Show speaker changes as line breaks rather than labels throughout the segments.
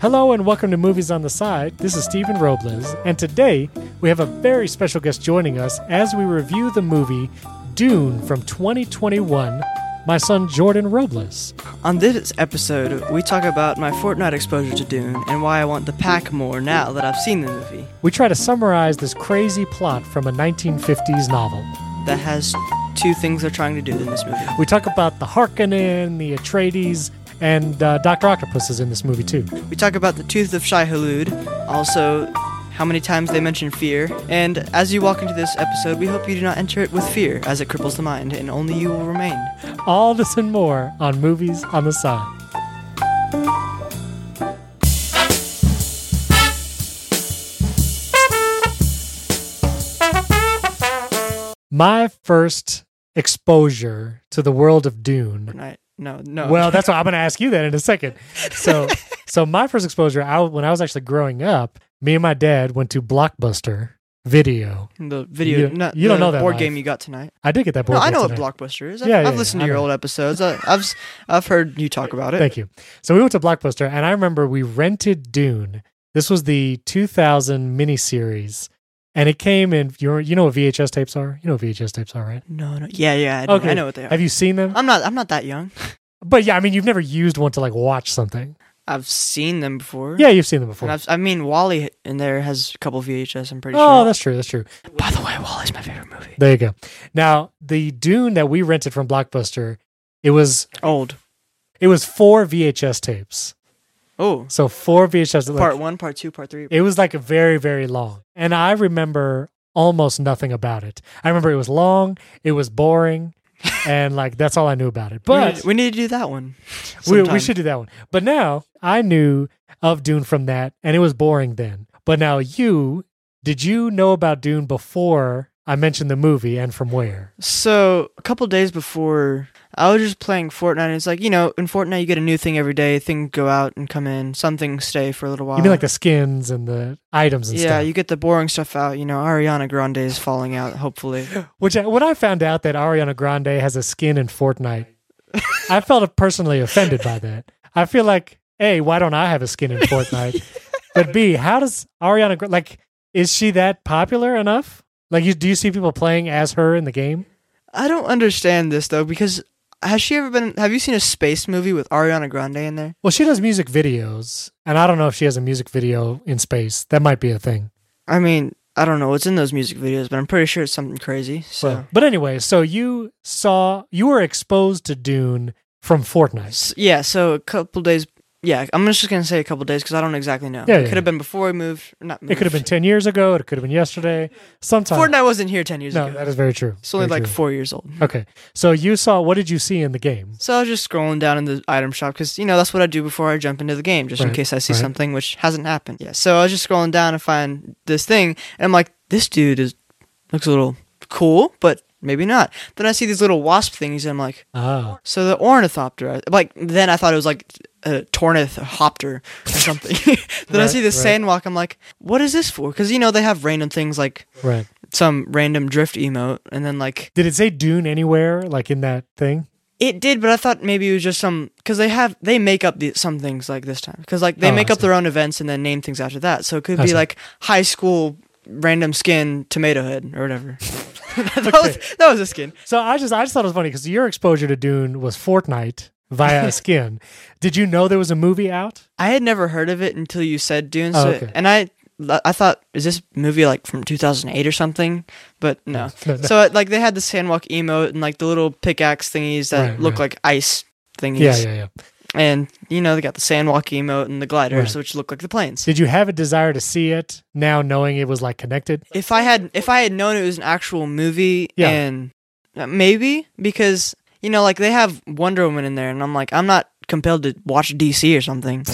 Hello and welcome to Movies on the Side. This is Stephen Robles, and today we have a very special guest joining us as we review the movie Dune from 2021. My son Jordan Robles.
On this episode, we talk about my Fortnite exposure to Dune and why I want to pack more now that I've seen the movie
We try to summarize this crazy plot from a 1950s novel.
that has two things they're trying to do in this movie.
We talk about the Harkonnen, the Atreides, and uh, Dr. Octopus is in this movie too.
We talk about the tooth of Shai Hulud, also how many times they mention fear, and as you walk into this episode, we hope you do not enter it with fear, as it cripples the mind, and only you will remain.
All this and more on Movies on the Side. My first exposure to the world of Dune
Fortnite. No, no.
Well, that's what I'm going to ask you that in a second. So, so my first exposure, I, when I was actually growing up, me and my dad went to Blockbuster Video.
the video,
you-
not
you
the
don't know that
board
life.
game you got tonight.
I did get that board.
no, I
game
know
today.
what Blockbuster is. I,
Yeah,
I've
yeah,
listened
I
to your
know.
old episodes. I, I've s- I've heard you talk about it.
Thank you. So we went to Blockbuster, and I remember we rented Dune. This was the 2000 miniseries, and it came in. You you know what VHS tapes are? You know what VHS tapes are, right?
No, no. Yeah, yeah. I, do. I know what they are. Uh,
Have you seen them?
I'm not. I'm not that young.
But yeah, I mean, you've never used one to like watch something.
I've seen them before.
Yeah, you've seen them before.
And I've, I mean, Wally in there has a couple VHS. I'm pretty
Oh,
sure.
that's true. That's true.
By the way, Wally's my favorite movie.
There you go. Now, the Dune that we rented from Blockbuster, it was
Old.
it was four VHS tapes.
Oh,
So four VHS. like-
part one, part two, part three.
It was like very very long, and I remember almost nothing about it. I remember it was long, it was boring, and like that's all I knew about it.
we,
But
need, we need to do that one.
we, we
sometime.
should do that one. But now I knew of Dune from that, and it was boring then. But now you, did you know about Dune before I mentioned the movie and from where?
So a couple days before, I was just playing Fortnite. And it's like you know, in Fortnite you get a new thing every day. Things go out and come in. Some things stay for a little while.
You mean like the skins and the items and
yeah,
stuff?
you get the boring stuff out. You know, Ariana Grande is falling out. Hopefully,
Which I, when I found out that Ariana Grande has a skin in Fortnite, I felt personally offended by that. I feel like a why don't I have a skin in Fortnite? but b how does Ariana Gra- like is she that popular enough? Like you, do you see people playing as her in the game?
I don't understand this though because has she ever been? Have you seen a space movie with Ariana Grande in there?
Well, she does music videos, and I don't know if she has a music video in space. That might be a thing.
I mean, I don't know what's in those music videos, but I'm pretty sure it's something crazy. So,
But, but anyway, so you saw you were exposed to Dune from Fortnite.
S- yeah, so a couple days. Yeah, I'm just gonna say a couple days because I don't exactly know.
Yeah,
it
yeah,
could have been before we moved. Not moved.
It could have been ten years ago. It could have been yesterday. Sometime.
Fortnite wasn't here ten years
no,
ago.
that is very true.
it's only
Very
like
true.
four years old.
Okay. So you saw what did you see in the game?
So I was just scrolling down in the item shop because you know that's what I do before I jump into the game, just in
Right,
case I see
right.
something which hasn't happened. Yeah. So I was just scrolling down and find this thing, and I'm like, this dude is looks a little cool, but maybe not. Then I see these little wasp things, and I'm like,
Oh.
so the ornithopter. Like then I thought it was like a tornithopter or something. then I
Right,
see this
right.
sandwalk. I'm like, what is this for? Because you know they have random things like
Right.
some random drift emote, and then like
Did it say Dune anywhere like in that thing?
It did, but I thought maybe it was just some because they have they make up the, some things like this time because like they
Oh,
make
I
up
see.
their own events and then name things after that. So it could
I
be
see.
like high school random skin tomato hood or whatever. that, was, that was a skin.
So I just I just thought it was funny cuz your exposure to Dune was Fortnite via a skin. Did you know there was a movie out?
I had never heard of it until you said Dune,
Oh,
so,
okay.
and I I thought is this movie like from 2008 or something, but no.
No, no.
So like they had the sandwalk emote and like the little pickaxe thingies that
Right,
look
right.
like ice thingies,
Yeah, yeah, yeah.
and you know they got the sandwalk emote and the gliders
Right.
which look like the planes.
Did you have a desire to see it now knowing it was like connected?
if I had if I had known it was an actual movie
Yeah.
and uh, maybe because you know like they have Wonder Woman in there and I'm like I'm not compelled to watch DC or something.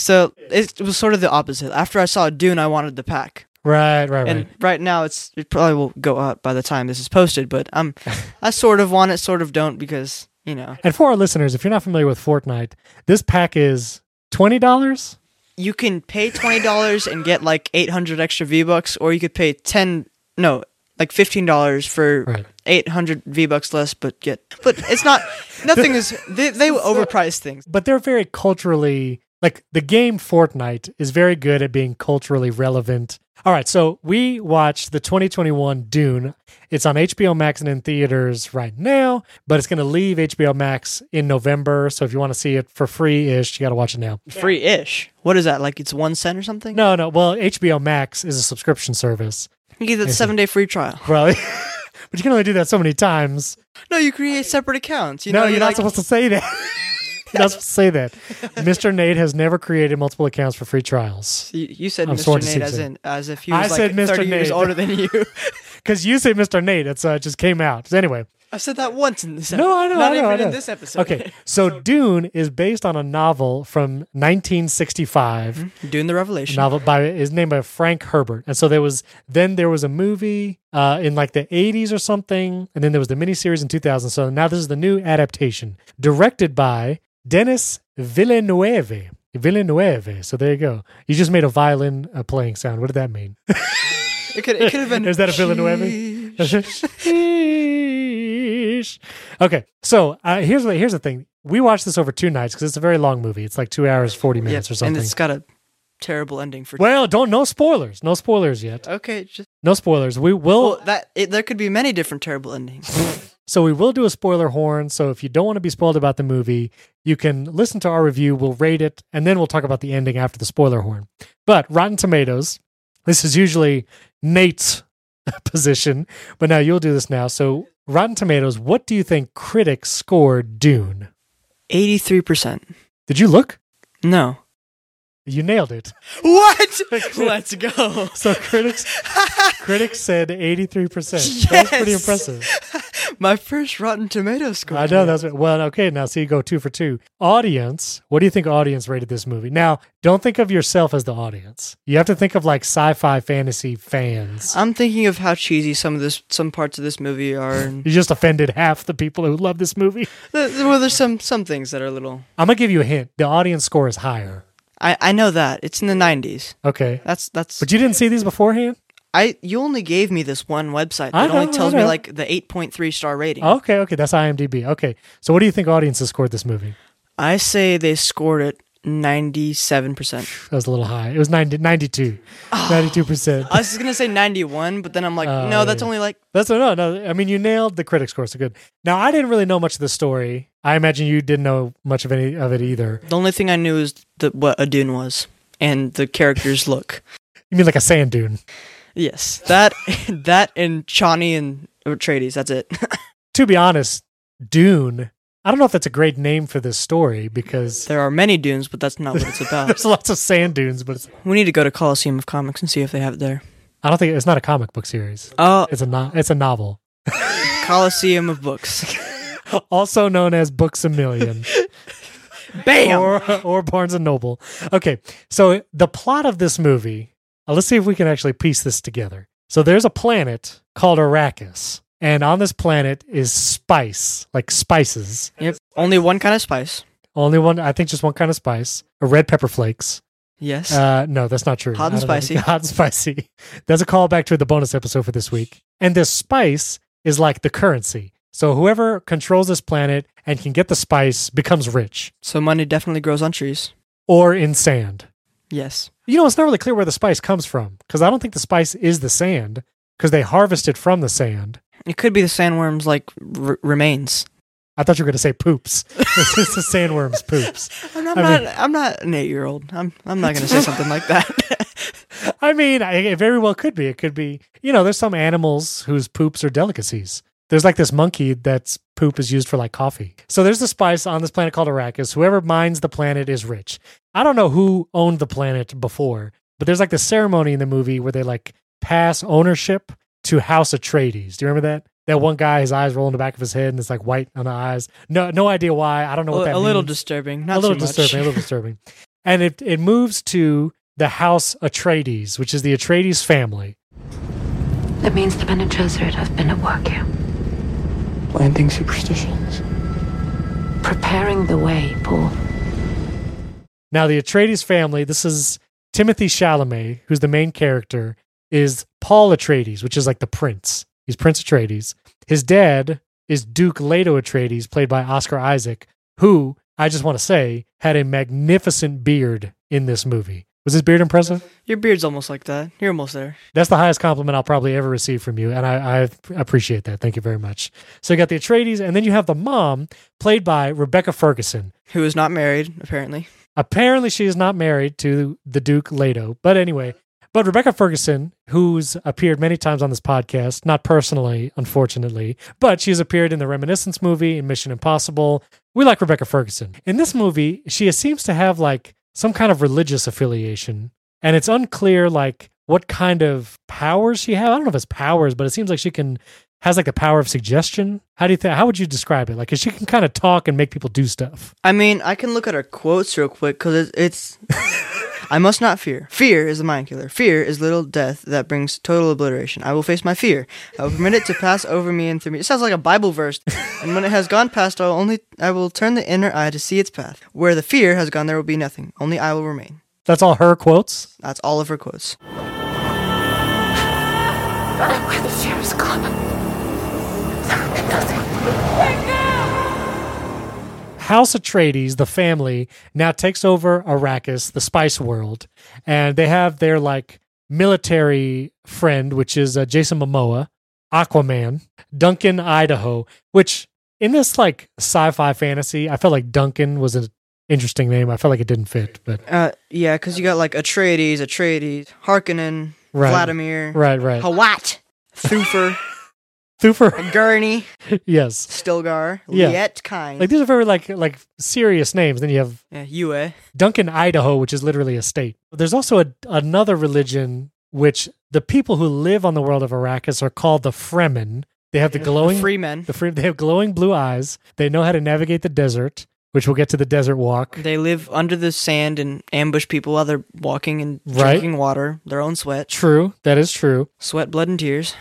so it was sort of the opposite. After I saw Dune I wanted the pack.
Right, right,
And
right.
right now it's it probably will go up by the time this is posted, but I'm I sort of want it sort of don't because, you know,
And for our listeners, if you're not familiar with Fortnite, this pack is $20?
you can pay $20 and get like 800 extra V-bucks or you could pay 10 no, like $15 for
Right.
800 V-bucks less but get but it's not nothing is they, they overprice things.
But they're very culturally like the game Fortnite is very good at being culturally relevant. All right, so we watched the 2021 Dune. It's on HBO Max and in theaters right now, but it's going to leave HBO Max in November. So if you want to see it for free ish, you got to watch it now.
Free ish. What is that? Like it's one cent or something?
No, no. Well, HBO Max is a subscription service.
You get that seven day free trial.
Well, but you can only do that so many times.
No, you create separate accounts. You
no,
know,
you're,
you
not
like,
supposed to say that. you're not supposed to say that. Mr. Nate has never created multiple accounts for free trials.
You, you said
I'm
Mr.
sorry to
Nate
see
as
that.
in as if he
I
was like
said Mr.
thirty years
Nate.
older than you.
Because you say Mr. Nate, it's uh, it just came out. So anyway,
I said that once in this.
No, I know,
Not
I know,
even
I know.
in this episode.
okay. So Dune is based on a novel from 1965.
Doing the revelation.
novel by is named by Frank Herbert. And so there was then there was a movie uh, in like the 80s or something, and then there was the miniseries in 2000. So now this is the new adaptation, directed by Dennis Villeneuve. Villeneuve. So there you go. You just made a violin uh, playing sound. What did that mean?
It could it could have been
Is that a Villeneuve?
Sheesh.
Sheesh. okay, so uh, here's what, here's the thing. We watched this over two nights because it's a very long movie. It's like two hours forty minutes
Yep,
or something.
And it's got a terrible ending for
well, don't no spoilers, no spoilers yet,
Okay, just
no spoilers. We will.
well, that it, there could be many different terrible endings.
So we will do a spoiler horn. So if you don't want to be spoiled about the movie, you can listen to our review. We'll rate it, and then we'll talk about the ending after the spoiler horn. But Rotten Tomatoes, this is usually Nate's position, but now you'll do this now. So Rotten Tomatoes, what do you think critics scored Dune?
83%.
Did you look?
No.
You nailed it.
What? Let's go.
So critics critics said eighty three percent. That's pretty
Yes.
impressive.
My first Rotten Tomato score.
I know that's well okay. Now see, you go two for two. Audience, what do you think audience rated this movie? Now, don't think of yourself as the audience. You have to think of like sci fi fantasy fans.
I'm thinking of how cheesy some of this, some parts of this movie are. And
you just offended half the people who love this movie.
th- th- well, there's some some things that are a little.
I'm gonna give you a hint. The audience score is higher.
I I know that it's in the 90s.
Okay.
That's that's.
But you didn't see these beforand?
I you only gave me this one website
I
that only
know, I
tells me
know.
like the 8.3 star rating.
Okay, okay, that's IMDb. Okay. So what do you think audiences scored this movie?
I say they scored it 97%.
That was a little high. It was 90, 92. 92%.
I was gonna say 91, but then I'm like,
Oh,
no, that's
yeah.
only like
That's no, no. I mean, you nailed the critic score. So good. Now, I didn't really know much of the story. I imagine you didn't know much of any of it either.
the only thing I knew is the, what a dune was and the character's look.
You mean like a sand dune?
Yes, that that and Chani and Atreides. That's it.
To be honest, Dune. I don't know if that's a great name for this story because
there are many dunes, but that's not what it's about.
there's lots of sand dunes, but it's,
we need to go to Coliseum of Comics and see if they have it there.
I don't think it's not a comic book series.
Oh,
It's a no, it's a novel,
Coliseum of Books.
also known as Books a Million.
Bam.
or, or Barnes and Noble. Okay, so the plot of this movie. uh, let's see if we can actually piece this together. So there's a planet called Arrakis, and on this planet is spice, like spices.
Yep. Only one kind of spice.
Only one, I think, just one kind of spice, a red pepper flakes.
Yes.
Uh, no, that's not true.
Hot and
I don't know.
spicy.
Hot and spicy. That's a callback to the bonus episode for this week. And this spice is like the currency. So whoever controls this planet and can get the spice becomes rich
so money definitely grows on trees.
or in sand.
Yes.
you know, it's not really clear where the spice comes from because I don't think the spice is the sand because they harvest it from the sand.
It could be the sandworm's like r- remains.
I thought you were going to say poops. it's just the sandworm's poops.
I'm not.
I
I'm
mean-
not, I'm not an eight year old. I'm. I'm not gonna say something like that.
I mean, I, it very well could be. It could be, you know, there's some animals whose poops are delicacies. There's like this monkey that's poop is used for like coffee. So there's the spice on this planet called Arrakis. Whoever mines the planet is rich. I don't know who owned the planet before, but there's like this ceremony in the movie where they like pass ownership to House Atreides. Do you remember that? That one guy, his eyes roll in the back of his head and it's like white on the eyes. No, no idea why. I don't know what that
a little
means
disturbing. Not
a little
too much.
disturbing, a little disturbing. And it, it moves to the house Atreides, which is the Atreides family.
That means the Bene Gesserit have been at work here,
planting superstitions.
preparing the way, Paul.
Now, the Atreides family, this is Timothy Chalamet, who's the main character, is Paul Atreides, which is like the prince. He's Prince Atreides. His dad is Duke Leto Atreides, played by Oscar Isaac, who I just want to say, had a magnificent beard in this movie. Was his beard impressive?
Your beard's almost like that. You're almost there.
That's the highest compliment I'll probably ever receive from you, and I, I appreciate that. Thank you very much. So you got the Atreides, and then you have the mom, played by Rebecca Ferguson.
Who is not married, apparently.
Apparently, she is not married to the Duke Leto, but anyway. But Rebecca Ferguson, who's appeared many times on this podcast, not personally, unfortunately, but she's appeared in the Reminiscence movie, in Mission Impossible. We like Rebecca Ferguson. In this movie, she seems to have like some kind of religious affiliation, and it's unclear like what kind of powers she has. I don't know if it's powers, but it seems like she can has like the power of suggestion. How do you think? How would you describe it? Like, 'cause she can kind of talk and make people do stuff.
I mean, I can look at her quotes real quick because it, it's. I must not fear. Fear is the mind killer. Fear is little death that brings total obliteration. I will face my fear. I will permit it to pass over me and through me. It sounds like a Bible verse. And when it has gone past, I will only I will turn the inner eye to see its path. Where the fear has gone, there will be nothing. Only I will remain.
That's all her quotes.
That's all of her quotes.
Where the fear is gone, there will be nothing.
House Atreides, the family, now takes over Arrakis, the spice world, and they have their like military friend, which is uh, Jason Momoa, Aquaman, Duncan Idaho, which in this like sci-fi fantasy, I felt like Duncan was an interesting name. I felt like it didn't fit, but
Uh, yeah, because you got like Atreides, Atreides, Harkonnen,
Right.
Vladimir,
right, right.
Hawat, Thufir,
Thufir,
Gurney,
yes.
Stilgar,
Yeah.
Liet Kind,
Like these are very like like serious names. Then you have
yeah, Yue.
Duncan, Idaho, which is literally a state. There's also a, another religion which the people who live on the world of Arrakis are called the Fremen. They have the glowing
Free men.
the Fre- they have glowing blue eyes. They know how to navigate the desert, which we'll get to the desert walk.
They live under the sand and ambush people while they're walking and
Right.
drinking water, their own sweat,
True, that is true.
sweat, blood, and tears.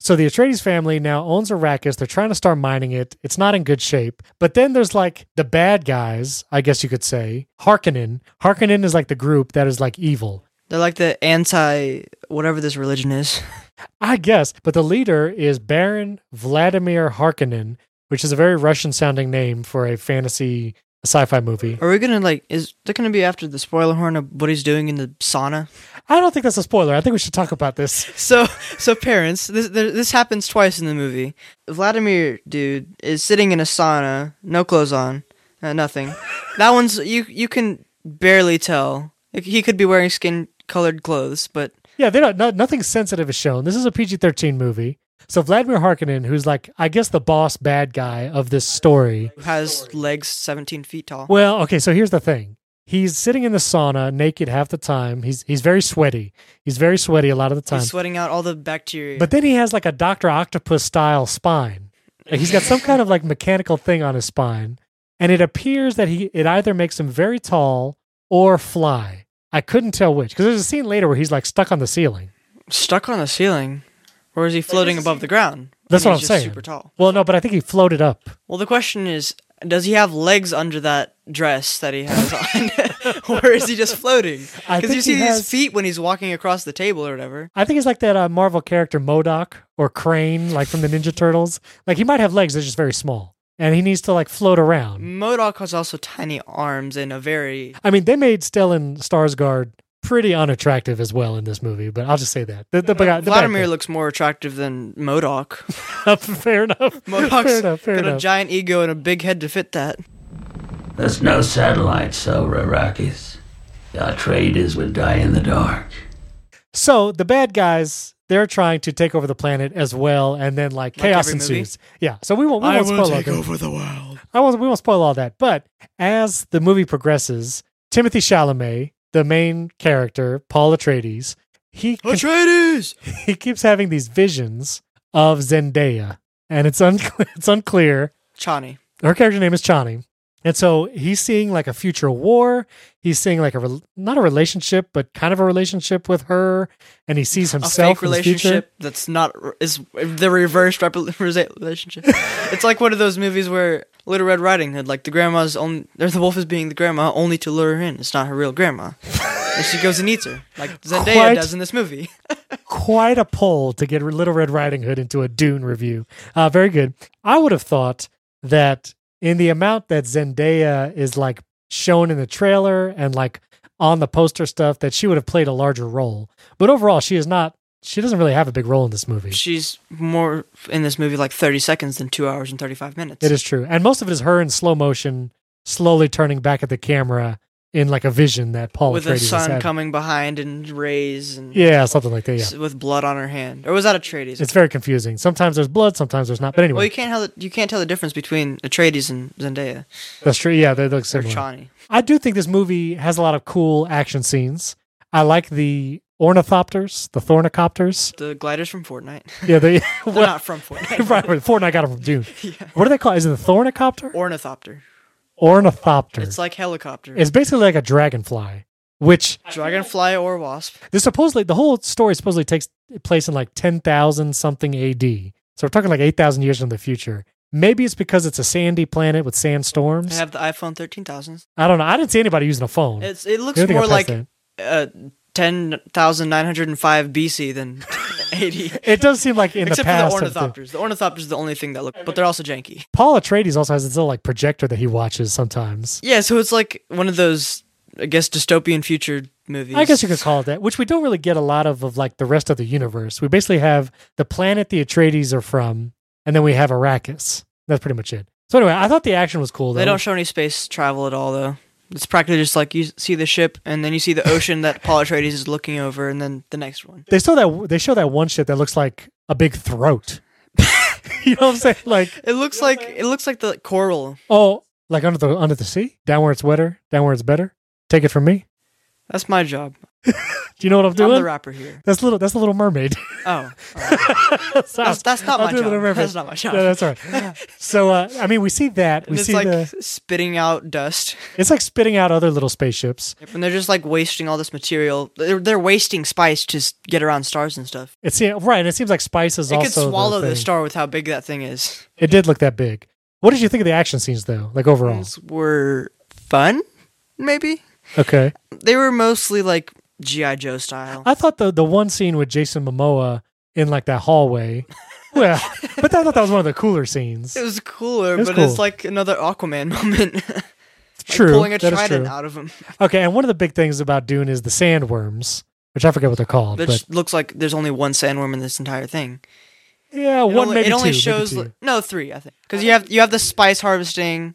So the Atreides family now owns Arrakis. They're trying to start mining it. It's not in good shape. But then there's like the bad guys, I guess you could say. Harkonnen. Harkonnen is like the group that is like evil.
They're like the anti whatever this religion is.
I guess, but the leader is Baron Vladimir Harkonnen, which is a very Russian sounding name for a fantasy sci fi movie.
Are we gonna like? Is that gonna be after the spoiler horn of what he's doing in the sauna?
I don't think that's a spoiler. I think we should talk about this.
So, so parents, this there- this happens twice in the movie. Vladimir dude is sitting in a sauna, no clothes on, uh, nothing. That one's you you can barely tell. Like, He could be wearing skin colored clothes, but
Yeah, they don't, no, nothing sensitive is shown. This is a PG 13 movie. So Vladimir Harkonnen, who's like, I guess, the boss bad guy of this story.
has legs seventeen feet tall.
Well, okay, so here's the thing. He's sitting in the sauna naked half the time. He's he's very sweaty. He's very sweaty a lot of the time.
He's sweating out all the bacteria.
But then he has like a Doctor Octopus style spine. Like he's got some kind of like mechanical thing on his spine, and it appears that he it either makes him very tall or fly. I couldn't tell which because there's a scene later where he's like stuck on the ceiling.
stuck on the ceiling, or is he floating above the ground?
That's
And
what
he's
I'm
just
saying.
Super tall.
Well, no, but I think he floated up.
Well, the question is, does he have legs under that dress that he has on, or is he just floating?
I
Because you
think
see
he
his
has-
feet when he's walking across the table or whatever.
I think he's like that uh, Marvel character Modoc or Crane, like from the Ninja Turtles. Like he might have legs, they're just very small, and he needs to like float
Mm.
around.
Modoc has also tiny arms and a very
I mean, they made Stellan Skarsgård pretty unattractive as well in this movie, but I'll just say that the, the, the, guy- the bad guy.
Uh, Vladimir looks more attractive than Modoc.
fair enough.
Modoc's
fair enough. Fair
got a
enough.
giant ego and a big head to fit that.
There's no satellites over Arrakis. Our traders would die in the dark.
so the bad guys, they're trying to take over the planet as well, and then like, chaos
every movie?
ensues. Yeah. So we won't. We won't spoil all that.
the world.
I won't. We won't spoil all that. But as the movie progresses, Timothy Chalamet, the main character, Paul Atreides, he
Oh,
con-
Atreides.
he keeps having these visions of Zendaya, and it's unclear. It's unclear
Chani.
her character name is Chani. And so he's seeing like a future war. He's seeing like a rel not a relationship, but kind of a relationship with her. And he sees
a
himself
fake
in the future.
relationship that's not is the reverse rep- relationship. it's like one of those movies where Little Red Riding Hood, like the grandma's only, or the wolf is being the grandma only to lure her in. It's not her real grandma, and she goes and eats her, like Zendaya
Quite-
does in this movie.
Quite a pull to get Little Red Riding Hood into a Dune review. Uh, very good. I would have thought that in the amount that Zendaya is like shown in the trailer and like on the poster stuff that she would have played a larger role. But overall, she is not. She doesn't really have a big role in this movie.
She's more in this movie like 30 seconds than 2 hours and 35 minutes.
It is true, and most of it is her in slow motion, slowly turning back at the camera in like a vision that Paul
with
Atreides
the
is
sun
having.
coming behind and rays and
Yeah, something like that. Yeah,
s- with blood on her hand. Or was that Atreides?
it's very confusing. Sometimes there's blood, sometimes there's not. But
well,
anyway,
you can't tell the, you can't tell the difference between Atreides and Zendaya
that's true. Yeah, they look
or
similar.
Chani.
I do think this movie has a lot of cool action scenes. I like the ornithopters, the thornicopters.
The gliders from Fortnite.
Yeah, they.
They're
well,
not from Fortnite.
right, right, Fortnite got them from Dune.
Yeah.
What do they call? It? Is it the thornicopter?
Ornithopter.
Ornithopter.
It's like helicopter.
it's basically like a dragonfly, which
Dragonfly or wasp.
this supposedly the whole story supposedly takes place in like 10,000 something AD. So we're talking like 8,000 years in the future. Maybe it's because it's a sandy planet with
I
sandstorms.
have the iPhone 13000.
I don't know. I didn't see anybody using a phone.
It's it looks
Anything
more
past
like
that.
uh, 10,905 BC than 80.
it does seem like in the
Except
past.
for the
of the-
ornithopters. The ornithopters are the only thing that look, but they're also janky.
Paul Atreides also has this little like projector that he watches sometimes.
Yeah, so it's like one of those, I guess, dystopian future movies.
I guess you could call it that, which we don't really get a lot of of like the rest of the universe. We basically have the planet the Atreides are from, and then we have Arrakis. That's pretty much it. So anyway, I thought the action was cool. Though.
They don't show any space travel at all, though. It's practically just like you see the ship, and then you see the ocean that Paul Atreides is looking over, and then the next one.
they show that they show that one shit that looks like a big throat. you know what I'm saying? Like
It looks like it looks like the coral.
oh, like under the under the sea, down where it's wetter, down where it's better. Take it from me.
That's my job.
Do you know what I'm
I'm the
doing?
rapper here.
that's little. That's the Little Mermaid.
Oh,
that's,
that's, that's not my job. That's not my job.
No, that's all right. So uh, I mean, we see that.
And
We
it's
see
like
the.
spitting out dust,
It's like spitting out other little spaceships.
and they're just like wasting all this material. They're, they're wasting spice to s- get around stars and stuff.
It's right, and it seems like spice is
It
also.
could swallow
the
the
thing.
star with how big that thing is.
It did look that big. What did you think of the action scenes though? Like overall,
Ones were fun, maybe.
okay.
They were mostly like GI Joe style.
I thought the the one scene with Jason Momoa in like that hallway. Well, but I thought that was one of the cooler scenes.
It was cooler,
It was
but
cool.
it's like another Aquaman moment. Like
true.
pulling a
that is
trident
true.
out of him,
Okay, and one of the big things about Dune is the sandworms, which I forget what they're called,
which
but
looks like there's only one sandworm in this entire thing.
yeah,
It
Oh, one
only,
maybe
it only
two, maybe
shows
two.
like- no three, I think, because you have you have the spice harvesting,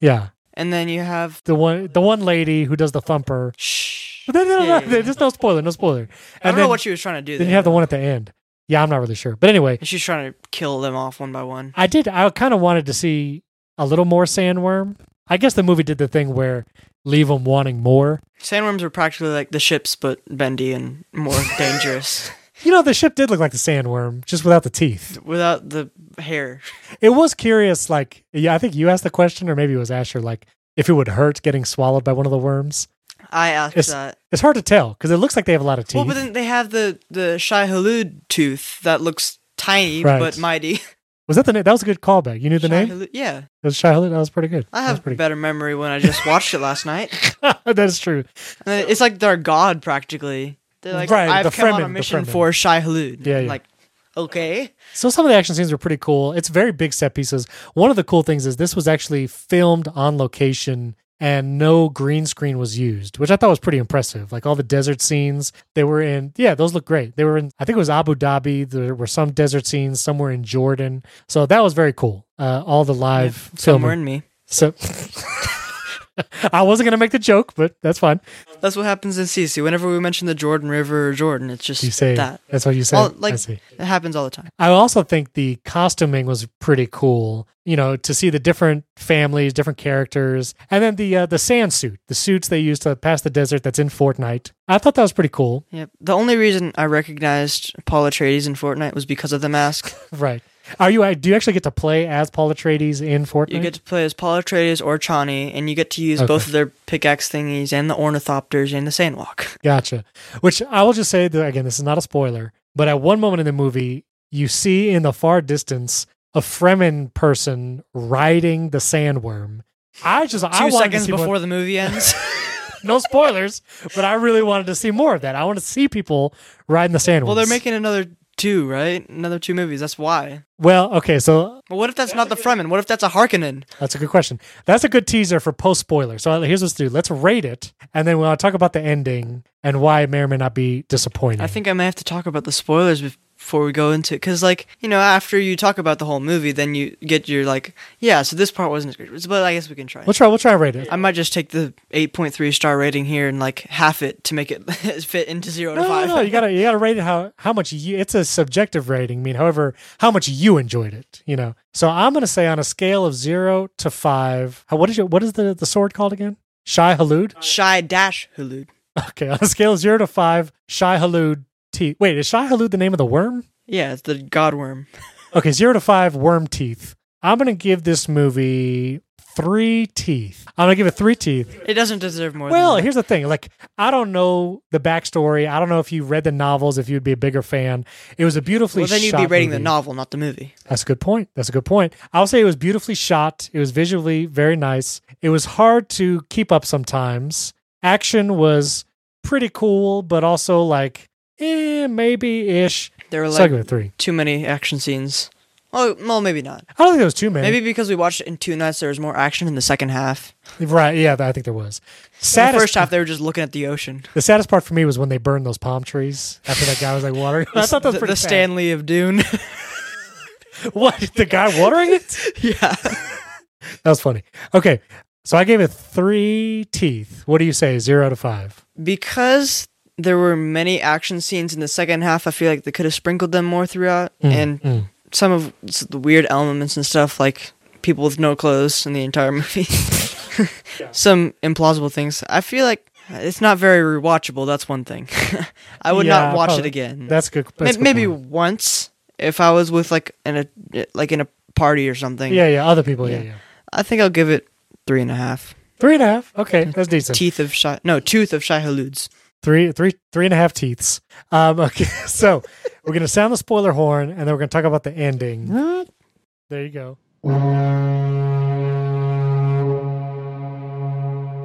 yeah,
and then you have
the one the one lady who does the thumper.
shh.
But no, no, no,
Yeah,
no,
yeah, yeah.
just no spoiler, no spoiler.
I don't
then,
know what she was trying to do.
then you
there.
have the one at the end. Yeah, I'm not really sure, but anyway,
And she's trying to kill them off one by one.
I did. I kind of wanted to see a little more sandworm. I guess the movie did the thing where leave them wanting more.
Sandworms are practically like the ships, but bendy and more dangerous
You know, the ship did look like the sandworm, just without the teeth.
without the hair.
It was curious, like, yeah, I think you asked the question, or maybe it was Asher, like, if it would hurt getting swallowed by one of the worms.
I asked
It's-
that.
It's hard to tell because it looks like they have a lot of teeth.
Well, but then they have the the Shai Hulud tooth that looks tiny
Right.
but mighty.
was that the name? That was a good callback. You knew the
Shai
name?
Hulud- Yeah,
It was Shai Hulud? That was pretty good.
I
That was
have
pretty
better memory when I just watched it last night.
good. that is true.
And it's like they're god practically. They're like,
Right,
I've
the
come on a
Fremen, the
mission
Fremen.
for Shai Hulud.
Yeah, yeah.
Like, okay,
So some of the action scenes were pretty cool. It's very big set pieces. One of the cool things is this was actually filmed on location and no green screen was used, which I thought was pretty impressive. Like all the desert scenes, they were in yeah, those look great. They were in I think it was Abu Dhabi. There were some desert scenes somewhere in Jordan. So that was very cool. Uh, all the live
somewhere
filming.
in me.
So I wasn't gonna make the joke, but that's fine.
That's what happens in CC. Whenever we mention the Jordan River or Jordan, it's just
You say
that.
that's what you say.
All,
I
like
see.
it happens all the time.
I also think the costuming was pretty cool. You know, to see the different families, different characters, and then the uh, the sand suit, the suits they use to pass the desert that's in Fortnite. I thought that was pretty cool.
Yep. The only reason I recognized Paul Atreides in Fortnite was because of the mask.
Right? Are you? uh, Do you actually get to play as Paul Atreides in Fortnite?
You get to play as Paul Atreides or Chani, and you get to use
Okay.
both of their pickaxe thingies and the ornithopters and the sandwalk.
Gotcha. Which I will just say that again, this is not a spoiler, but at one moment in the movie, you see in the far distance a Fremen person riding the sandworm. I just I
Two
wanted
seconds
to see more-
before the movie ends.
no spoilers, but I really wanted to see more of that. I want to see people riding the sandworms.
well, they're making another two, right? Another two movies. That's why.
Well, okay, so
But what if that's not the Fremen? What if that's a Harkonnen?
That's a good question. That's a good teaser for post spoiler. So uh, here's what let's do. Let's rate it, and then we'll talk about the ending and why it may or may not be disappointing.
I think I may have to talk about the spoilers before we go into it, because like you know, after you talk about the whole movie, then you get your like, yeah. So this part wasn't as great, but I guess we can try.
we'll try. We'll try and rate it.
I might just take the eight point three star rating here and like half it to make it fit into zero to
No, no,
five.
no, you gotta you gotta rate it how how much you. It's a subjective rating. I mean, however, how much you enjoyed it. You know. So I'm gonna say on a scale of zero to five. How, what is your what is the the sword called again? Shai Halud.
Shy dash Hulud.
Okay, on a scale of zero to five, Shai Halud. Teeth. Wait, is Shai Halud the name of the worm?
Yeah, it's the god worm.
Okay, zero to five worm teeth. I'm gonna give this movie three teeth. I'm gonna give it three teeth.
It doesn't deserve more.
Well,
than that.
here's the thing. Like, I don't know the backstory. I don't know if you read the novels, if you'd be a bigger fan. It was a beautifully
well, then you'd
shot
be rating the
movie.
novel, not the movie.
That's a good point. That's a good point. I'll say it was beautifully shot. It was visually very nice. It was hard to keep up sometimes. Action was pretty cool, but also like eh, maybe ish.
There were
So I
like
give it a three.
too many action scenes. Oh, well, maybe not.
I don't think there was too many.
Maybe because we watched it in two nights, there was more action in the second half.
right? Yeah, I think there was.
In the
Saddest
first half, they were just looking at the ocean.
The saddest part for me was when they burned those palm trees after that guy was like watering. I thought that was
the,
pretty
the
sad.
Stanley of Dune.
What the guy watering it?
yeah,
That was funny. Okay, so I gave it three teeth. What do you say? Zero to five.
because there were many action scenes in the second half. I feel like they could have sprinkled them more throughout, and
mm.
some of s- the weird elements and stuff, like people with no clothes in the entire movie. some implausible things. I feel like it's not very rewatchable. That's one thing. I would
Yeah,
not watch it
probably.
again.
That's good.
May-
That's a good
maybe
point.
once if I was with like in a like in a party or something.
Yeah, yeah. Other people. Yeah, yeah.
Yeah. I think I'll give it three and a half.
Three and a half. Okay, that's decent.
Mm. Teeth of shy no tooth of shy haludes.
Three, three, three and a half teeths. Um, okay, so we're gonna sound the spoiler horn, and then we're gonna talk about the ending. There you go.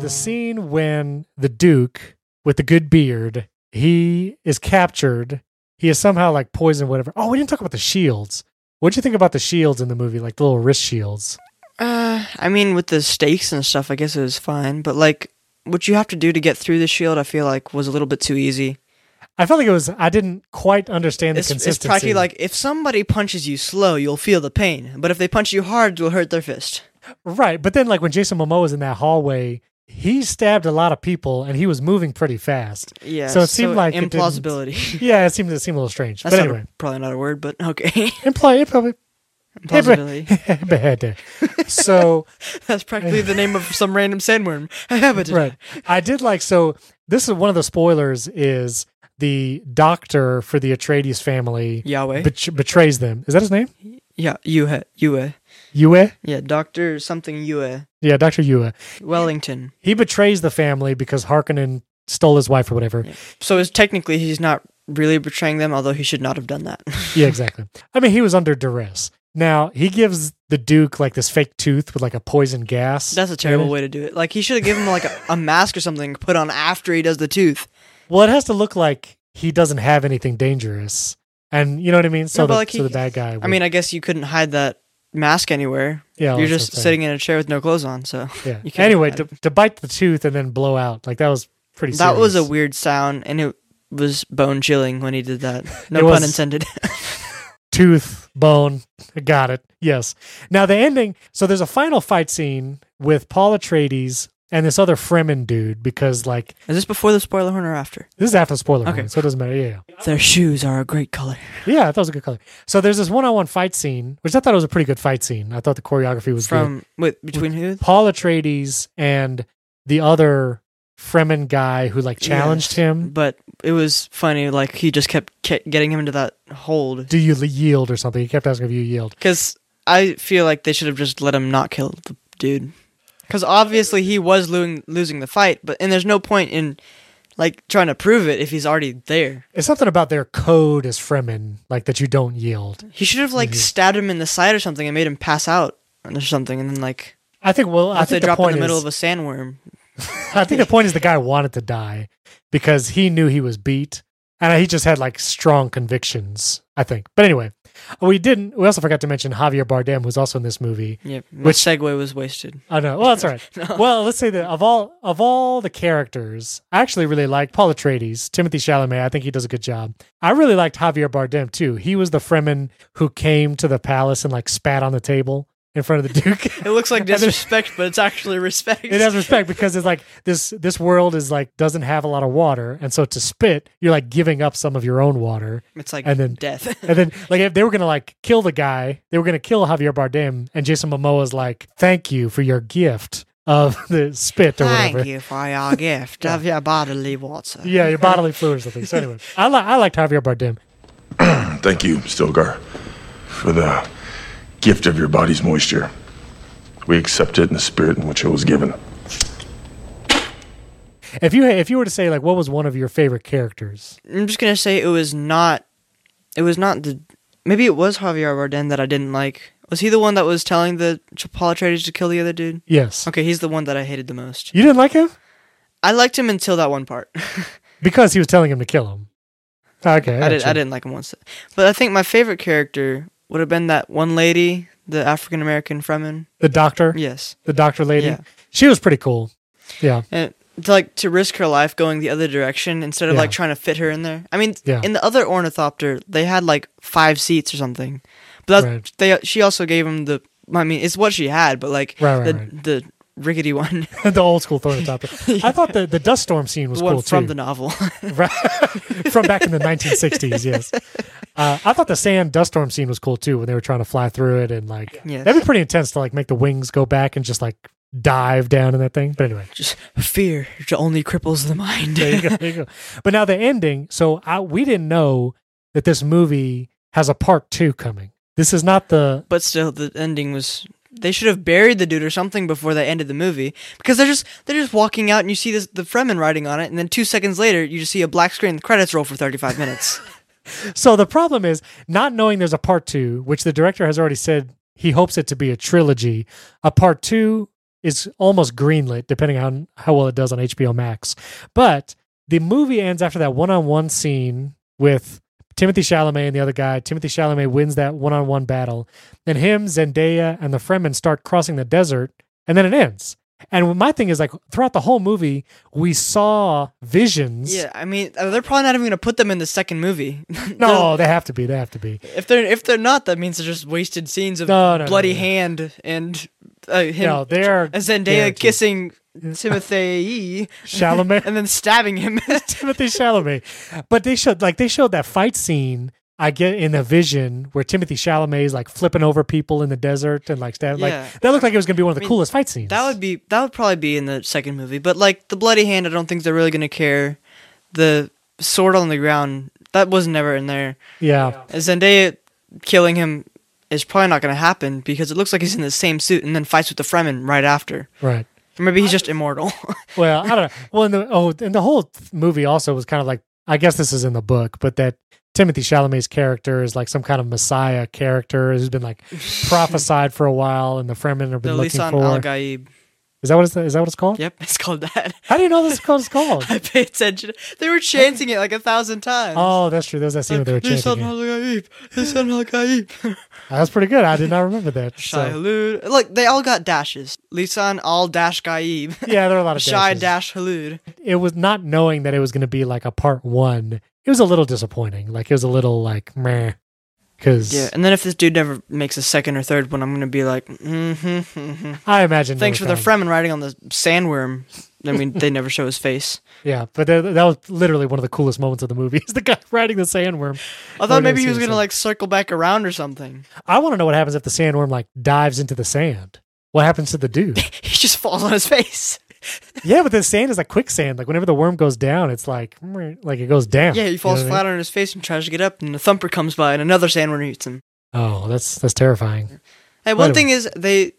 The scene when the Duke with the good beard, he is captured. He is somehow like poisoned, whatever. Oh, we didn't talk about the shields. What'd you think about the shields in the movie? Like the little wrist shields.
Uh, I mean, with the stakes and stuff, I guess it was fine. But like, what you have to do to get through the shield, I feel like was a little bit too easy.
I felt like it was I didn't quite understand the
It's, it's
consistency.
practically like if somebody punches you slow, you'll feel the pain. But if they punch you hard, you'll hurt their fist.
Right. But then like when Jason Momoa was in that hallway, he stabbed a lot of people and he was moving pretty fast.
Yeah.
So it seemed like it didn't-
implausibility.
Yeah, it seemed it seemed a little strange.
That's
but
not a-
anyway.
probably not a word, but okay.
Imply it probably
Implausibility.
Bad. so
That's practically the name of some random sandworm. Habitat.
right. I did like so this is one of the spoilers is the doctor for the Atreides family
Yahweh.
betr- betrays them. Is that his name?
yeah, Yue. Yue.
Yue?
Yeah, Doctor something Yue.
Yeah, Dr. Yue.
Wellington.
He betrays the family because Harkonnen stole his wife or whatever.
So it's technically he's not really betraying them, although he should not have done that.
Yeah, exactly. I mean, he was under duress. Now he gives the Duke like this fake tooth with like a poison gas.
That's a terrible
in it.
way to do it. Like he should have given him like a, a mask or something to put on after he does the tooth.
Well, it has to look like he doesn't have anything dangerous, and you know what I mean. So,
Yeah, but,
the,
like,
so
he-
the bad guy. Would,
I mean, I guess you couldn't hide that mask anywhere.
yeah,
You're
that's
just
what I'm
sitting in a chair with no clothes on, so
saying. Yeah.
you can't
anyway,
hide
to, to bite the tooth and then blow out like that was pretty.
that was a
serious.
weird sound, and it was bone chilling when he did that. No
It
pun
was.
intended.
tooth bone. Got it. Yes. Now the ending. So there's a final fight scene with Paul Atreides and this other Fremen dude because like
Is this before the spoiler horn or after?
this is after the spoiler,
Okay.
warning, so it doesn't matter. Yeah. yeah.
Their shoes are a great color.
Yeah, I thought it was a good color. So there's this one-on-one fight scene, which I thought was a pretty good fight scene. I thought the choreography was good.
From wait, between who?
Paul Atreides and the other Fremen guy who like challenged
Yes.
him.
But it was funny. Like he just kept ke- getting him into that hold.
Do you le- yield or something? He kept asking if you yield.
Because I feel like they should have just let him not kill the dude. Because obviously he was lo- losing the fight, but and there's no point in like trying to prove it if he's already there.
It's something about their code as Fremen, like that you don't yield.
He should have like stabbed him in the side or something and made him pass out or something, and then like
I think. Well, I
if they
think the
drop him in
point
the middle
is,
of a sandworm.
I think the point is the guy wanted to die because he knew he was beat, And he just had like strong convictions, I think. But anyway, we didn't. We also forgot to mention Javier Bardem was also in this movie.
Yep. My
Which-
segue was wasted.
I know. Well, that's all right. Well, let's say that of all of all the characters, I actually really like Paul Atreides, Timothy Chalamet. I think he does a good job. I really liked Javier Bardem too. He was the Fremen who came to the palace and like spat on the table in front of the Duke.
It looks like
And then-
disrespect, but it's actually respect.
it has respect because it's like this this world is like doesn't have a lot of water, and so to spit, you're like giving up some of your own water.
It's like
and then-
death.
And then, like, if they were gonna like kill the guy, they were gonna kill Javier Bardem, and Jason Momoa's like, "Thank you for your gift of the spit or whatever."
you for your gift of your bodily water.
Yeah, your bodily fluid or something. So anyway, I like I liked Javier Bardem.
Thank you, Stilgar, for the gift of your body's moisture. We accept it in the spirit in which it was given.
If you if you were to say like, what was one of your favorite characters?
I'm just gonna say it was not. It was not the. Maybe it was Javier Bardem that I didn't like. Was he the one that was telling the Ch- Paul Atreides to kill the other dude?
Yes,
Okay, he's the one that I hated the most.
you didn't like him
I liked him until that one part.
because he was telling him to kill him. Okay,
I didn't.
gotcha.
I didn't like him once. But I think my favorite character would have been that one lady, the African American Fremen.
The doctor,
Yes,
the doctor lady,
Yeah.
she was pretty cool. Yeah,
and to like to risk her life going the other direction instead of like
Yeah.
trying to fit her in there. I mean,
Yeah.
in the other ornithopter, they had like five seats or something, but that,
Right.
they she also gave him the. I mean, it's what she had, but like
Right, right,
the
right.
the rickety one,
the old school Thornatopter. I thought the the dust storm scene was
the one
cool
from
too.
the novel.
Right. from back in the 1960s. Yes, uh, I thought the sand dust storm scene was cool too when they were trying to fly through it and like
Yes.
that'd be pretty intense to like make the wings go back and just like dive down in that thing. But anyway,
Just fear only cripples the mind.
there you go, there you go. But now the ending. So I, we didn't know that this movie has a part two coming. This is not the
but still the ending was they should have buried the dude or something before they ended the movie because they're just they're just walking out and you see this the Fremen riding on it and then two seconds later you just see a black screen the credits roll for 35 minutes
So the problem is not knowing there's a part two, which the director has already said he hopes it to be a trilogy. A part two is almost greenlit, depending on how well it does on HBO Max. But the movie ends after that one-on-one scene with Timothy Chalamet and the other guy. Timothy Chalamet wins that one-on-one battle, and him, Zendaya, and the Fremen start crossing the desert, and then it ends. And my thing is like throughout the whole movie, we saw visions.
yeah i mean uh, they're probably not even gonna put them in the second movie
No, they have to be. They have to be.
They're- if they're if they're not that means they're just wasted scenes of
No, no, no,
bloody
no.
hand and uh, him
No, they are
Zendaya
guaranteed.
kissing Timothy
Chalamet.
and then stabbing him
Timothy Chalamet. But they showed like they showed that fight scene. I get in a vision where Timothy Chalamet is like flipping over people in the desert and like that.
Yeah.
Like that looked like it was gonna be one of the
mean,
coolest fight scenes.
That would be that would probably be in the second movie, but like the bloody hand, I don't think they're really gonna care. The sword on the ground that was never in there.
yeah.
Zendaya killing him is probably not gonna happen because it looks like he's in the same suit and then fights with the Fremen right after.
Right.
Or maybe he's just immortal.
Well, I don't know. Well, and the, oh, and the whole movie also was kind of like I guess this is in the book, but that Timothy Chalamet's character is like some kind of messiah character who's been like prophesied for a while, and the Fremen have
the
been looking
Lisan
for.
Al Gaib.
Is that what it's, is that what it's called?
Yep, it's called that.
How do you know this is called? It's called.
I pay attention. They were chanting it like a thousand times.
oh, that's true. There was that scene where they were chanting.
Lisan
it.
Al Gaib. Lisan Al Gaib.
That was pretty good. I did not remember that. So,
Shai Look, they all got dashes. Lisan Al Dash Gaib.
yeah, there were a lot of
Shy
dashes.
dash halud.
It was not knowing that it was going to be like a part one. It was a little disappointing. Like it was a little like meh. Because
Yeah, and then if this dude never makes a second or third one, I'm gonna be like, mm-hmm, hmm
I imagine
thanks for
there
the
was time.
Fremen riding on the sandworm. I mean, they never show his face.
Yeah, but that, that was literally one of the coolest moments of the movie. Is the guy riding the sandworm.
I
Or
thought
did I
maybe
see
he was
his
gonna
face?
like circle back around or something.
I want to know what happens if the sandworm like dives into the sand. What happens to the dude?
He just falls on his face.
yeah, but the sand is like quicksand. Like whenever the worm goes down, it's like meh, like it goes down.
Yeah, he
You
falls
know what I
flat on his face and tries to get up, and a thumper comes by, and another sandworm eats him.
mean? Oh, that's that's terrifying.
Hey, one
Wait a
thing is they,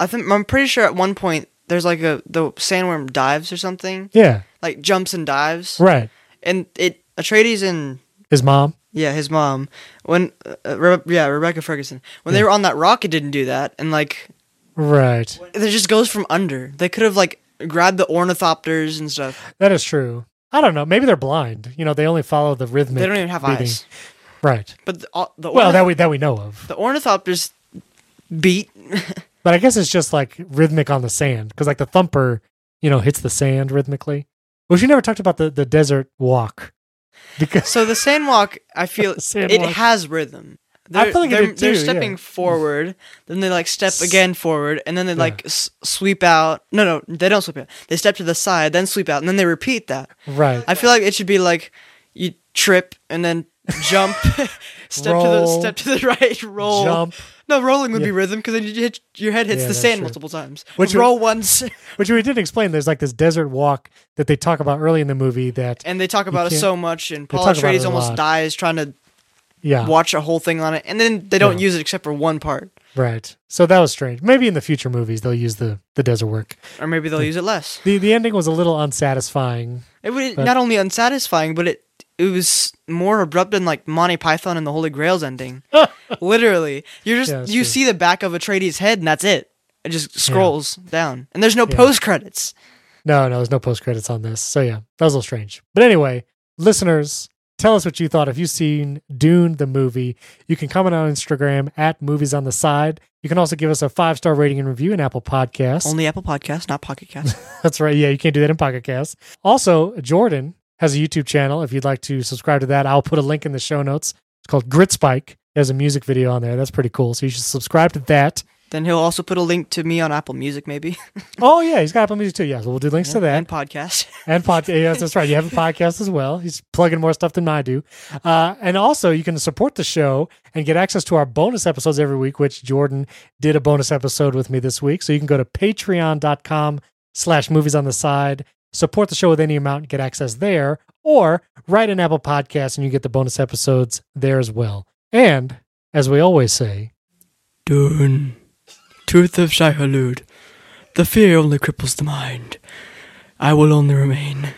I think I'm pretty sure at one point there's like a the sandworm dives or something,
Yeah,
like jumps and dives,
right.
and it Atreides and
His mom.
Yeah, his mom. When uh, Re- yeah, Rebecca Ferguson. When they were on that rock, it didn't do that, and like
Right.
it just goes from under. They could have like grabbed the ornithopters and stuff.
That is true. I don't know. Maybe they're blind. You know, they only follow the rhythmic.
They don't even have
beating.
eyes.
Right.
But the, uh, the
Well,
ornith-
that we that we know of.
the ornithopters beat.
But I guess it's just like rhythmic on the sand because like the thumper, you know, hits the sand rhythmically. Which you never talked about the the desert walk because
so the sandwalk, I feel
Sandwalk.
it has rhythm.
I
They're-
feel like it
they're,
did
they're
too, yeah.
stepping forward, then they like step
S-
again forward, and then they like s- sweep out. No, no, they don't sweep out. They step to the side, then sweep out, and then they repeat that.
right
I feel like it should be like you trip and then jump, step to the
Roll.
step to the right, roll.
jump,
No, rolling would be
Yeah.
rhythm because then you hit, your head
Yeah,
hits the
that's
sand
true.
multiple times.
Which would-
roll once,
which we did explain. There's like this desert walk that they talk about early in the movie. That
and they talk about it
can't-
so much, and
They
Paul
talk about it
Atreides
a
almost
lot.
dies trying to
yeah,
watch a whole thing on it, and then they don't
Yeah.
use it except for one part,
right. So that was strange. Maybe in the future movies they'll use the the desert work.
or maybe they'll use it less.
the The ending was a little unsatisfying.
It was
But-
not only unsatisfying, but it it was more abrupt than like Monty Python and the Holy Grail's ending. Literally, you're just
Yeah, that's
you
true.
see the back of Atreides' head, and that's it. It just scrolls down, and there's no post credits.
No, no, there's no post credits on this. So yeah, that was a little strange. But anyway, listeners, tell us what you thought. If you've seen Dune the movie, you can comment on Instagram at movies on the side. You can also give us a five star rating and review in Apple Podcasts.
Only Apple Podcast, not Pocket Cast.
That's right. Yeah, you can't do that in Pocket Casts. Also, Jordan has a YouTube channel. If you'd like to subscribe to that, I'll put a link in the show notes. It's called Grit Spike. There's a music video on there. That's pretty cool. So you should subscribe to that.
then he'll also put a link to me on Apple Music, maybe,
Oh yeah, he's got Apple Music too. Yeah, so we'll do links to that.
and podcast.
and podcast. Yes, that's right. You have a podcast as well. He's plugging more stuff than I do. Uh, and also, you can support the show and get access to our bonus episodes every week, which Jordan did a bonus episode with me this week. So you can go to patreon.com slash movies on the side, support the show with any amount, and get access there, or write an Apple podcast and you get the bonus episodes there as well. And as we always say,
Dune. Tooth of Shihulud. The fear only cripples the mind. I will only remain.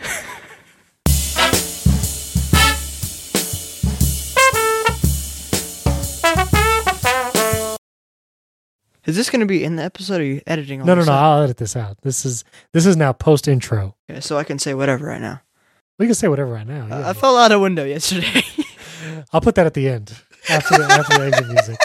Is this going to be in the episode? Or are you editing? all
no, no,
this
no,
out?
I'll edit this out. This is this is now post intro.
Okay, so I can say whatever right now.
We can say whatever right now.
Uh, I-
yeah.
I fell out a window yesterday.
I'll put that at the end after the, after the exit music.